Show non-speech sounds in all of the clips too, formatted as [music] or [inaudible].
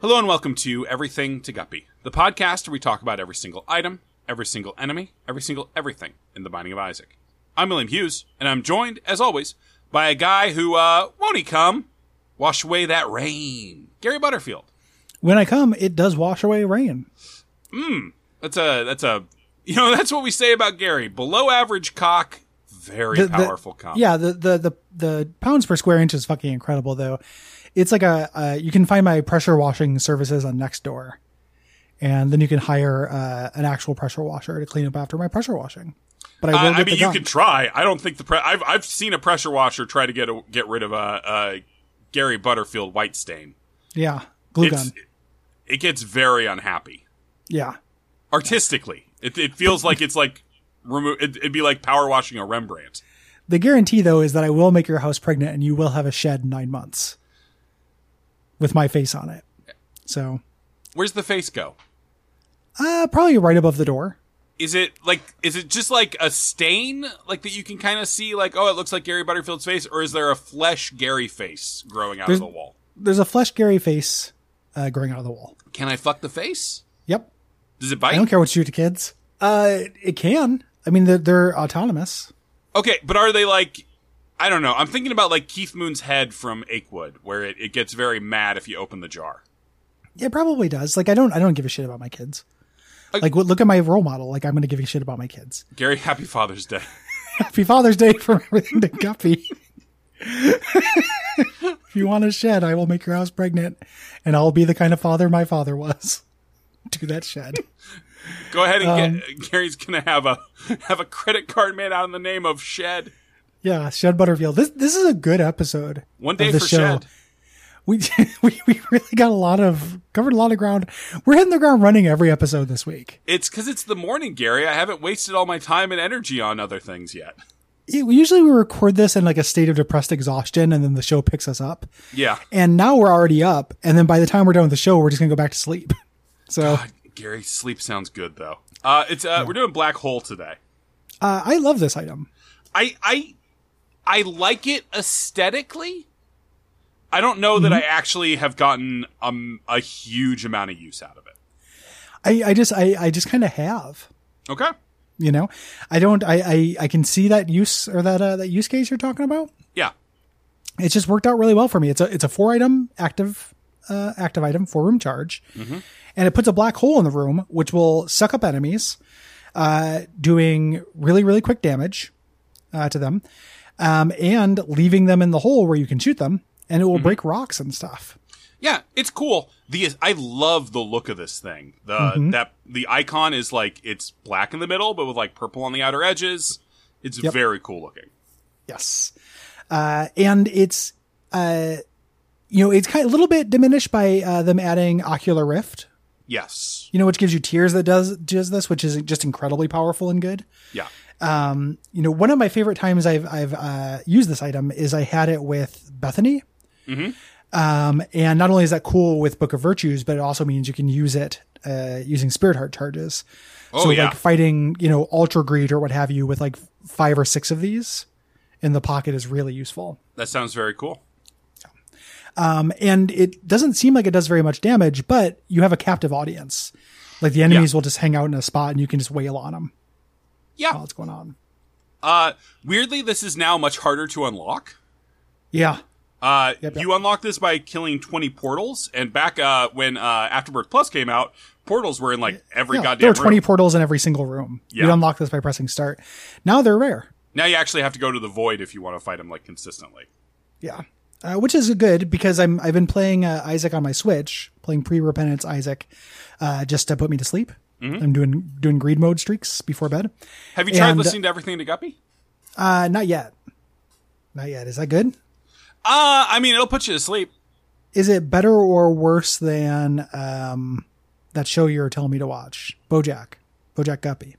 Hello and welcome to Everything to Guppy, the podcast where we talk about every single item, every single enemy, every single everything in The Binding of Isaac. I'm William Hughes, and I'm joined, as always, by a guy who, uh, won't he come? Wash away that rain. Gary Butterfield. When I come, it does wash away rain. That's a, that's a, you know, [laughs] that's what we say about Gary. Below average cock, very The- the- powerful cock. Yeah, the, the the the pounds per square inch is fucking incredible though. It's like a uh, you can find my pressure washing services on Nextdoor, and then you can hire uh, an actual pressure washer to clean up after my pressure washing. But I will I, I get mean, the you gun. can try. I don't think the pre- I've I've seen a pressure washer try to get a, get rid of a, a Gary Butterfield white stain. yeah, glue It's- gun. It gets very unhappy Yeah, artistically. It, it feels like it's like remo- it, it'd be like power washing a Rembrandt. the guarantee though is that I will make your house pregnant, and you will have a shed in nine months with my face on it. So, Where's the face go? uh, probably right above the door. Is it like is it just like a stain like that you can kind of see like oh it looks like Gary Butterfield's face or is there a flesh Gary face growing out There's- of the wall? There's a flesh Gary face uh, growing out of the wall. Can I fuck the face? Yep, Does it I bite? don't care what you do to kids. Uh, it can. I mean, they're, they're autonomous. Okay, but are they like? I don't know. I'm thinking about like Keith Moon's head from Akewood, where it, it gets very mad if you open the jar. It probably does. Like, I don't, I don't give a shit about my kids. Like, what- look at my role model. Like, I'm going to give a shit about my kids. [laughs] Gary, [laughs] happy Father's Day. Happy Father's Day from everything to Guppy. [laughs] if you want a shed, I will make your house pregnant, and I'll be the kind of father my father was. [laughs] Do that shed. Go ahead and Um, get [laughs] Gary's gonna have a have a credit card made out in the name of Shed. Yeah, Shed Butterfield. This this is a good episode. One of day the for show. Shed. We, [laughs] we we really got a lot of covered a lot of ground. We're hitting the ground running every episode this week. It's because it's the morning, Gary. I haven't wasted all my time and energy on other things yet. it- usually we record this in like a state of depressed exhaustion and then the show picks us up Yeah, [laughs] and now we're already up and then by the time we're done with the show we're just gonna go back to sleep [laughs] so uh, Gary, sleep sounds good though. Uh, it's uh, we're doing Black Hole today. uh, i love this item I I I like it aesthetically. I don't know Mm-hmm. that I actually have gotten um, a huge amount of use out of it. i, I just i, I just kind of have Okay. you know i don't I, I i can see that use or that uh, that use case you're talking about Yeah. it's just worked out really well for me it's a it's a four item active uh, active item four room charge and it puts a black hole in the room which will suck up enemies uh, doing really really quick damage uh, to them um, and leaving them in the hole where you can shoot them and it will break rocks and stuff Yeah, it's cool. The I love the look of this thing. The Mm-hmm. that the icon is like it's black in the middle but with like purple on the outer edges. It's very cool looking. yes uh, and it's uh, you know it's kind of a little bit diminished by uh, them adding ocular rift Yes. you know which gives you tears that does does this which is just incredibly powerful and good Yeah. you know, one of my favorite times I've I've uh, used this item is I had it with Bethany. Mm-hmm. Um, and not only is that cool with Book of Virtues, but it also means you can use it uh, using Spirit Heart charges. Oh, so yeah. like fighting, you know, Ultra Greed or what have you with like five or six of these in the pocket is really useful. That sounds very cool. Um, and it doesn't seem like it does very much damage, but you have a captive audience. Like the enemies will just hang out in a spot and you can just wail on them while Yeah. it's going on. Uh weirdly this is now much harder to unlock. Yeah. Uh, yep. You unlock this by killing 20 portals, and back uh, when uh, Afterbirth Plus came out, portals were in like every Yeah, goddamn there are 20 room. portals in every single room. Yeah. You'd unlock this by pressing start. Now they're rare. Now you actually have to go to the void if you want to fight them like consistently. Yeah. Uh, which is good because I'm I've been playing uh, Isaac on my Switch, playing pre-repentance Isaac uh, just to put me to sleep. Mm-hmm. I'm doing doing greed mode streaks before bed. Have you tried And- listening to everything to Guppy? Uh, not yet. Not yet. Is that good? Uh, I mean, it'll put you to sleep. Is it better or worse than um, that show you're telling me to watch? BoJack. BoJack Guppy.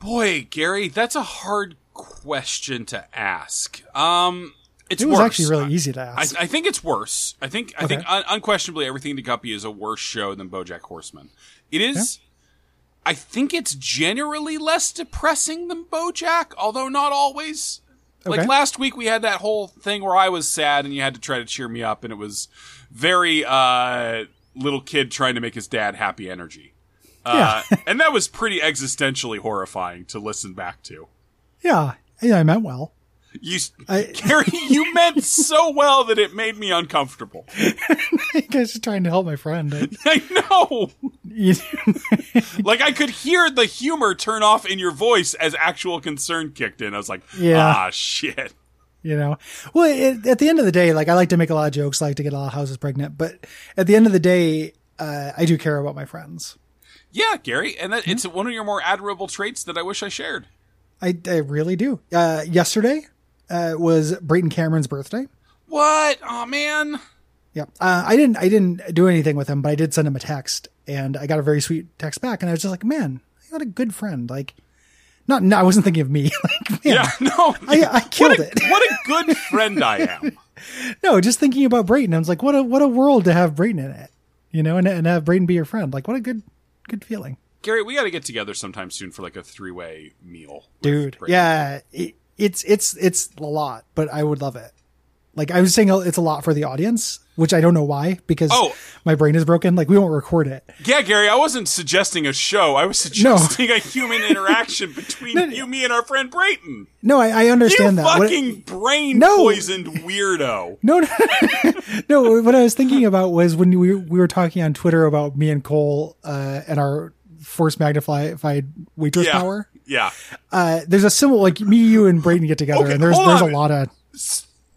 Boy, Gary, that's a hard question to ask. Um, it's It was worse. actually really easy to I, ask. I think it's worse. I think I think un- unquestionably everything to Guppy is a worse show than BoJack Horseman. It is. I think it's generally less depressing than BoJack, although not always. Like Okay. last week, we had that whole thing where I was sad and you had to try to cheer me up, and it was very uh, little kid trying to make his dad happy energy. Uh, [laughs] and that was pretty existentially horrifying to listen back to. Yeah, yeah, I meant well. [laughs] You, [laughs] I- Carrie, you meant so well that it made me uncomfortable. you guys are trying to help my friend. [laughs] I- I know. you- Like I could hear the humor turn off in your voice as actual concern kicked in. I was like, Yeah. ah, shit. you know well it, at the end of the day like i like to make a lot of jokes I like to get a lot of houses pregnant but at the end of the day uh, i do care about my friends Yeah, Gary, and that, it's one of your more admirable traits that I wish I shared. i, I really do uh, yesterday uh, was brayton cameron's birthday What? Oh man. yeah uh, i didn't i didn't do anything with him but i did send him a text and i got a very sweet text back and i was just like man what a good friend like not no, i wasn't thinking of me [laughs] like man Yeah, [laughs] no. I, [laughs] I killed what a, it. what a good friend I am. No, just thinking about Brayton, I was like, what a what a world to have Brayton in it, you know, and and have Brayton be your friend. Like, what a good good feeling. Gary, we got to get together sometime soon for like a three-way meal. with dude Brayden. yeah it, it's it's it's a lot but i would love it like i was saying oh, it's a lot for the audience which i don't know why because Oh. my brain is broken like we won't record it Yeah, Gary, I wasn't suggesting a show. I was suggesting a human interaction [laughs] between you, me, and our friend Brayton. no i, I You understand that What- fucking brain No. poisoned weirdo. no, [laughs] no, no. What I was thinking about was when we we were talking on Twitter about me and Cole uh, and our force magnified waitress Yeah. power. Yeah. Uh, there's a symbol like me, you, and Brayden get together, Okay, and there's hold there's on. a lot of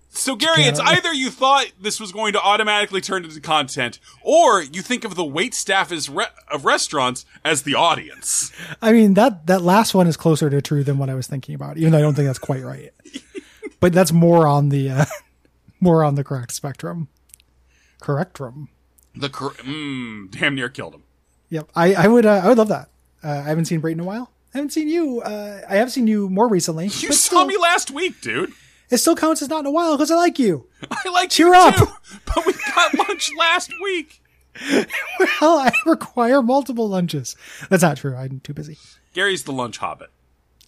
So, Gary, it's either you thought this was going to automatically turn into content, or you think of the wait staff as re- of restaurants as the audience. I mean that that last one is closer to true than what I was thinking about, even though I don't think that's [laughs] quite right. but that's more on the uh, [laughs] more on the correct spectrum. Correctrum. The cor- mm, damn near killed him. Yep. I I would uh, I would love that. Uh, I haven't seen Brayton in a while. I haven't seen you. Uh, I have seen you more recently. You but saw still- me last week, dude. It still counts as not in a while because I like you. [laughs] I like Cheer you up. too, but we got lunch last week. Hell, I [laughs] require multiple lunches. That's not true. I'm too busy. Gary's the lunch hobbit.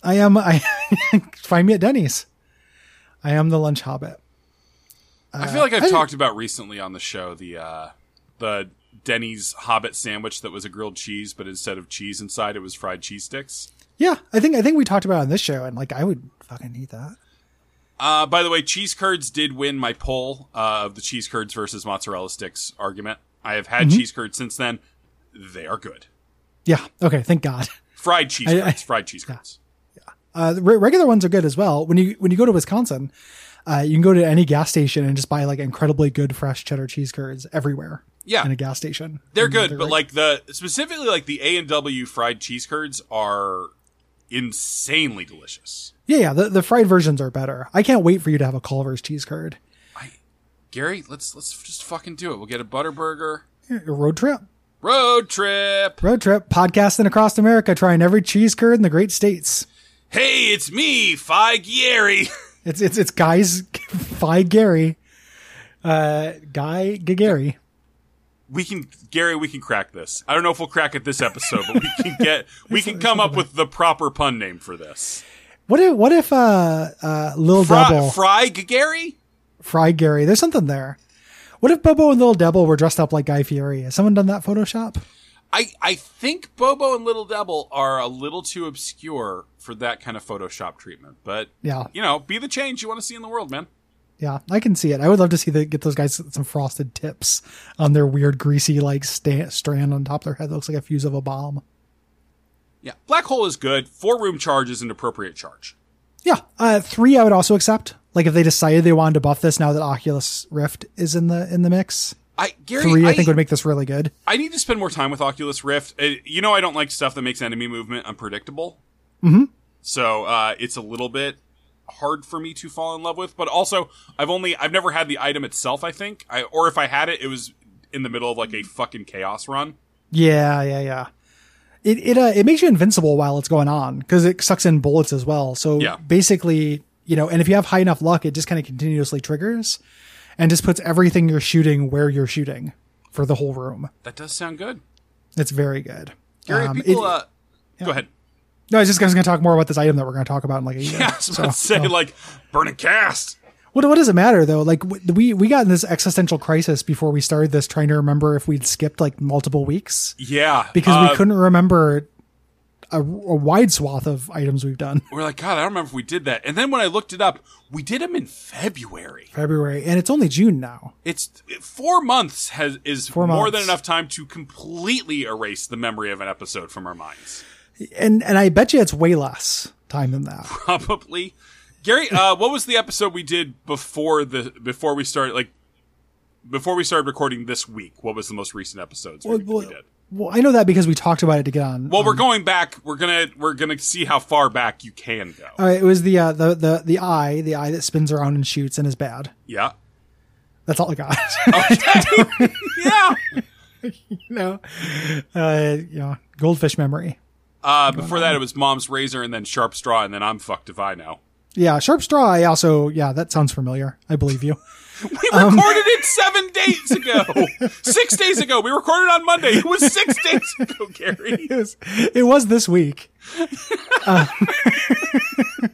I am. I [laughs] find me at Denny's. I am the lunch hobbit. I feel like I've Uh, I- talked about recently on the show the uh, the Denny's Hobbit sandwich that was a grilled cheese, but instead of cheese inside, it was fried cheese sticks. Yeah, I think I think we talked about it on this show, and like I would fucking eat that. Uh, by the way, cheese curds did win my poll uh, of the cheese curds versus mozzarella sticks argument. I have had cheese curds since then; they are good. Yeah. Okay. Thank God. [laughs] Fried cheese I- I- curds, fried cheese curds. Uh, the re- regular ones are good as well. When you when you go to Wisconsin, uh, you can go to any gas station and just buy like incredibly good fresh cheddar cheese curds everywhere. Yeah. In a gas station, They're And good, but reg- like the specifically like the A and W fried cheese curds are insanely delicious. yeah, yeah. The, the fried versions are better. I can't wait for you to have a Culver's cheese curd. I, Gary, let's let's just fucking do it. We'll get a butter burger. Yeah, Road trip, Road trip. road trip, podcasting across America, trying every cheese curd in the great states. Hey, it's me, Fi [laughs] Gary. It's it's it's guys, [laughs] Fi Gary, uh, Guy Gagari. We can, Gary, we can crack this. I don't know if we'll crack it this episode, but we can get, we can come up with the proper pun name for this. What if what if uh uh Lil Fry, Double Fry Gary? Fry Gary? There's something there. What if Bobo and Lil Devil were dressed up like Guy Fieri? Has someone done that Photoshop? I, I think Bobo and Little Devil are a little too obscure for that kind of Photoshop treatment, but Yeah. you know, be the change you want to see in the world, man. Yeah, I can see it. I would love to see the, get those guys some frosted tips on their weird greasy like sta- strand on top of their head that looks like a fuse of a bomb. Yeah. Black hole is good. Four room charge is an appropriate charge. Yeah, uh, three I would also accept. Like if they decided they wanted to buff this now that Oculus Rift is in the in the mix, I, Gary, three I think would make this really good. I need to spend more time with Oculus Rift. Uh, you know, I don't like stuff that makes enemy movement unpredictable. Mm-hmm. So uh, it's a little bit hard for me to fall in love with. But also, I've only I've never had the item itself. I think, I, or if I had it, it was in the middle of like a fucking chaos run. Yeah, yeah, yeah. It it uh, it makes you invincible while it's going on because it sucks in bullets as well. So Yeah. basically, you know, and if you have high enough luck, it just kind of continuously triggers and just puts everything you're shooting where you're shooting for the whole room. That does sound good. It's very good. Gary, Um, people, it- uh, go ahead. [laughs] No, I was just going to talk more about this item that we're going to talk about in like a year. Yeah, I was about to say, like, burn a cast. What, what does it matter though? Like w- we we got in this existential crisis before we started this, trying to remember if we'd skipped like multiple weeks Yeah. because uh, we couldn't remember a, a wide swath of items we've done We're like, God, I don't remember if we did that. And then when I looked it up, we did them in February. February, and it's only June now. It's four months has is Four more than months. enough time to completely erase the memory of an episode from our minds. [laughs] And and I bet you it's way less time than that. Probably, Gary. Uh, what was the episode we did before the before we started like before we started recording this week? What was the most recent episodes we, we Well, did? well, I know that because we talked about it to get on. Well, we're going back. We're gonna we're gonna see how far back you can go. All right, it was the uh, the the the eye, the eye that spins around and shoots and is bad. yeah. That's all I got. [laughs] Yeah. no, uh, you know, goldfish memory. Uh, before that, it was Mom's Razor and then Sharp Straw, and then I'm fucked if I know. Yeah, sharp straw. I also yeah, that sounds familiar. I believe you. [laughs] We Um, recorded it seven days [laughs] ago. six days ago. We recorded on Monday. It was six days ago, Gary. it was it was this week. Uh, [laughs]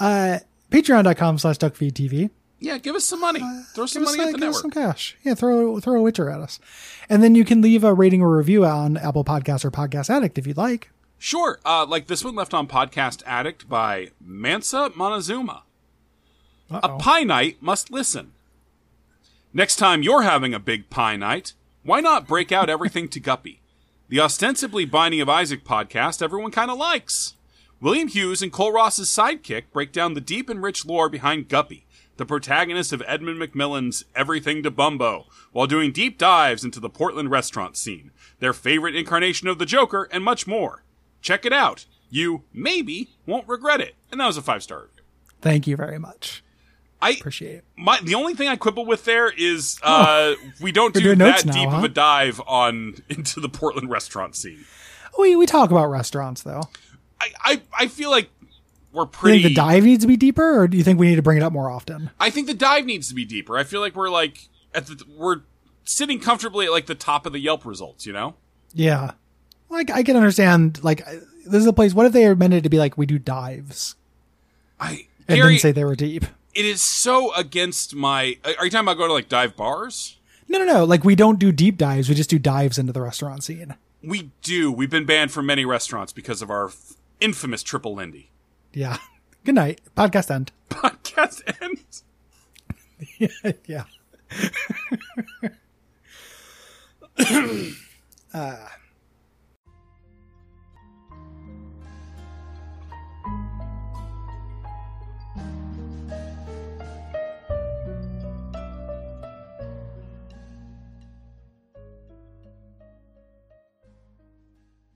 uh, Patreon.com slash duckfeedtv. Yeah, give us some money. Throw some Give us, money at uh, the give us network. some cash. Yeah, throw throw a witcher at us. And then you can leave a rating or review on Apple Podcasts or Podcast Addict if you'd like. Sure. Uh, like this one left on Podcast Addict by Mansa Montezuma. A Uh-oh. pie night must listen. Next time you're having a big pie night, why not break out everything to Guppy? The ostensibly Binding of Isaac podcast everyone kind of likes. William Hughes and Cole Ross's sidekick break down the deep and rich lore behind Guppy, the protagonist of Edmund Macmillan's Everything to Bumbo, while doing deep dives into the Portland restaurant scene, their favorite incarnation of the Joker, and much more. Check it out. You maybe won't regret it. And that was a five star review. Thank you very much. I Appreciate it. my the only thing I quibble with there is uh, we don't do doing notes that now, deep of huh? a dive on [laughs] into the Portland restaurant scene. We we talk about restaurants though. I I, I feel like we're Do you pretty. think the dive needs to be deeper, or do you think we need to bring it up more often? I think the dive needs to be deeper. I feel like we're like at the we're sitting comfortably at like the top of the Yelp results. You know, Yeah, like I can understand. Like I- this is a place. What if they meant it to be like we do dives I and Gary, then say they were deep? it is so against my. Are you talking about going to like dive bars? No, no, no. Like we don't do deep dives. We just do dives into the restaurant scene. We do. We've been banned from many restaurants because of our f- infamous triple Lindy [laughs] Yeah. [laughs] Good night. Podcast end. podcast ends. Yeah.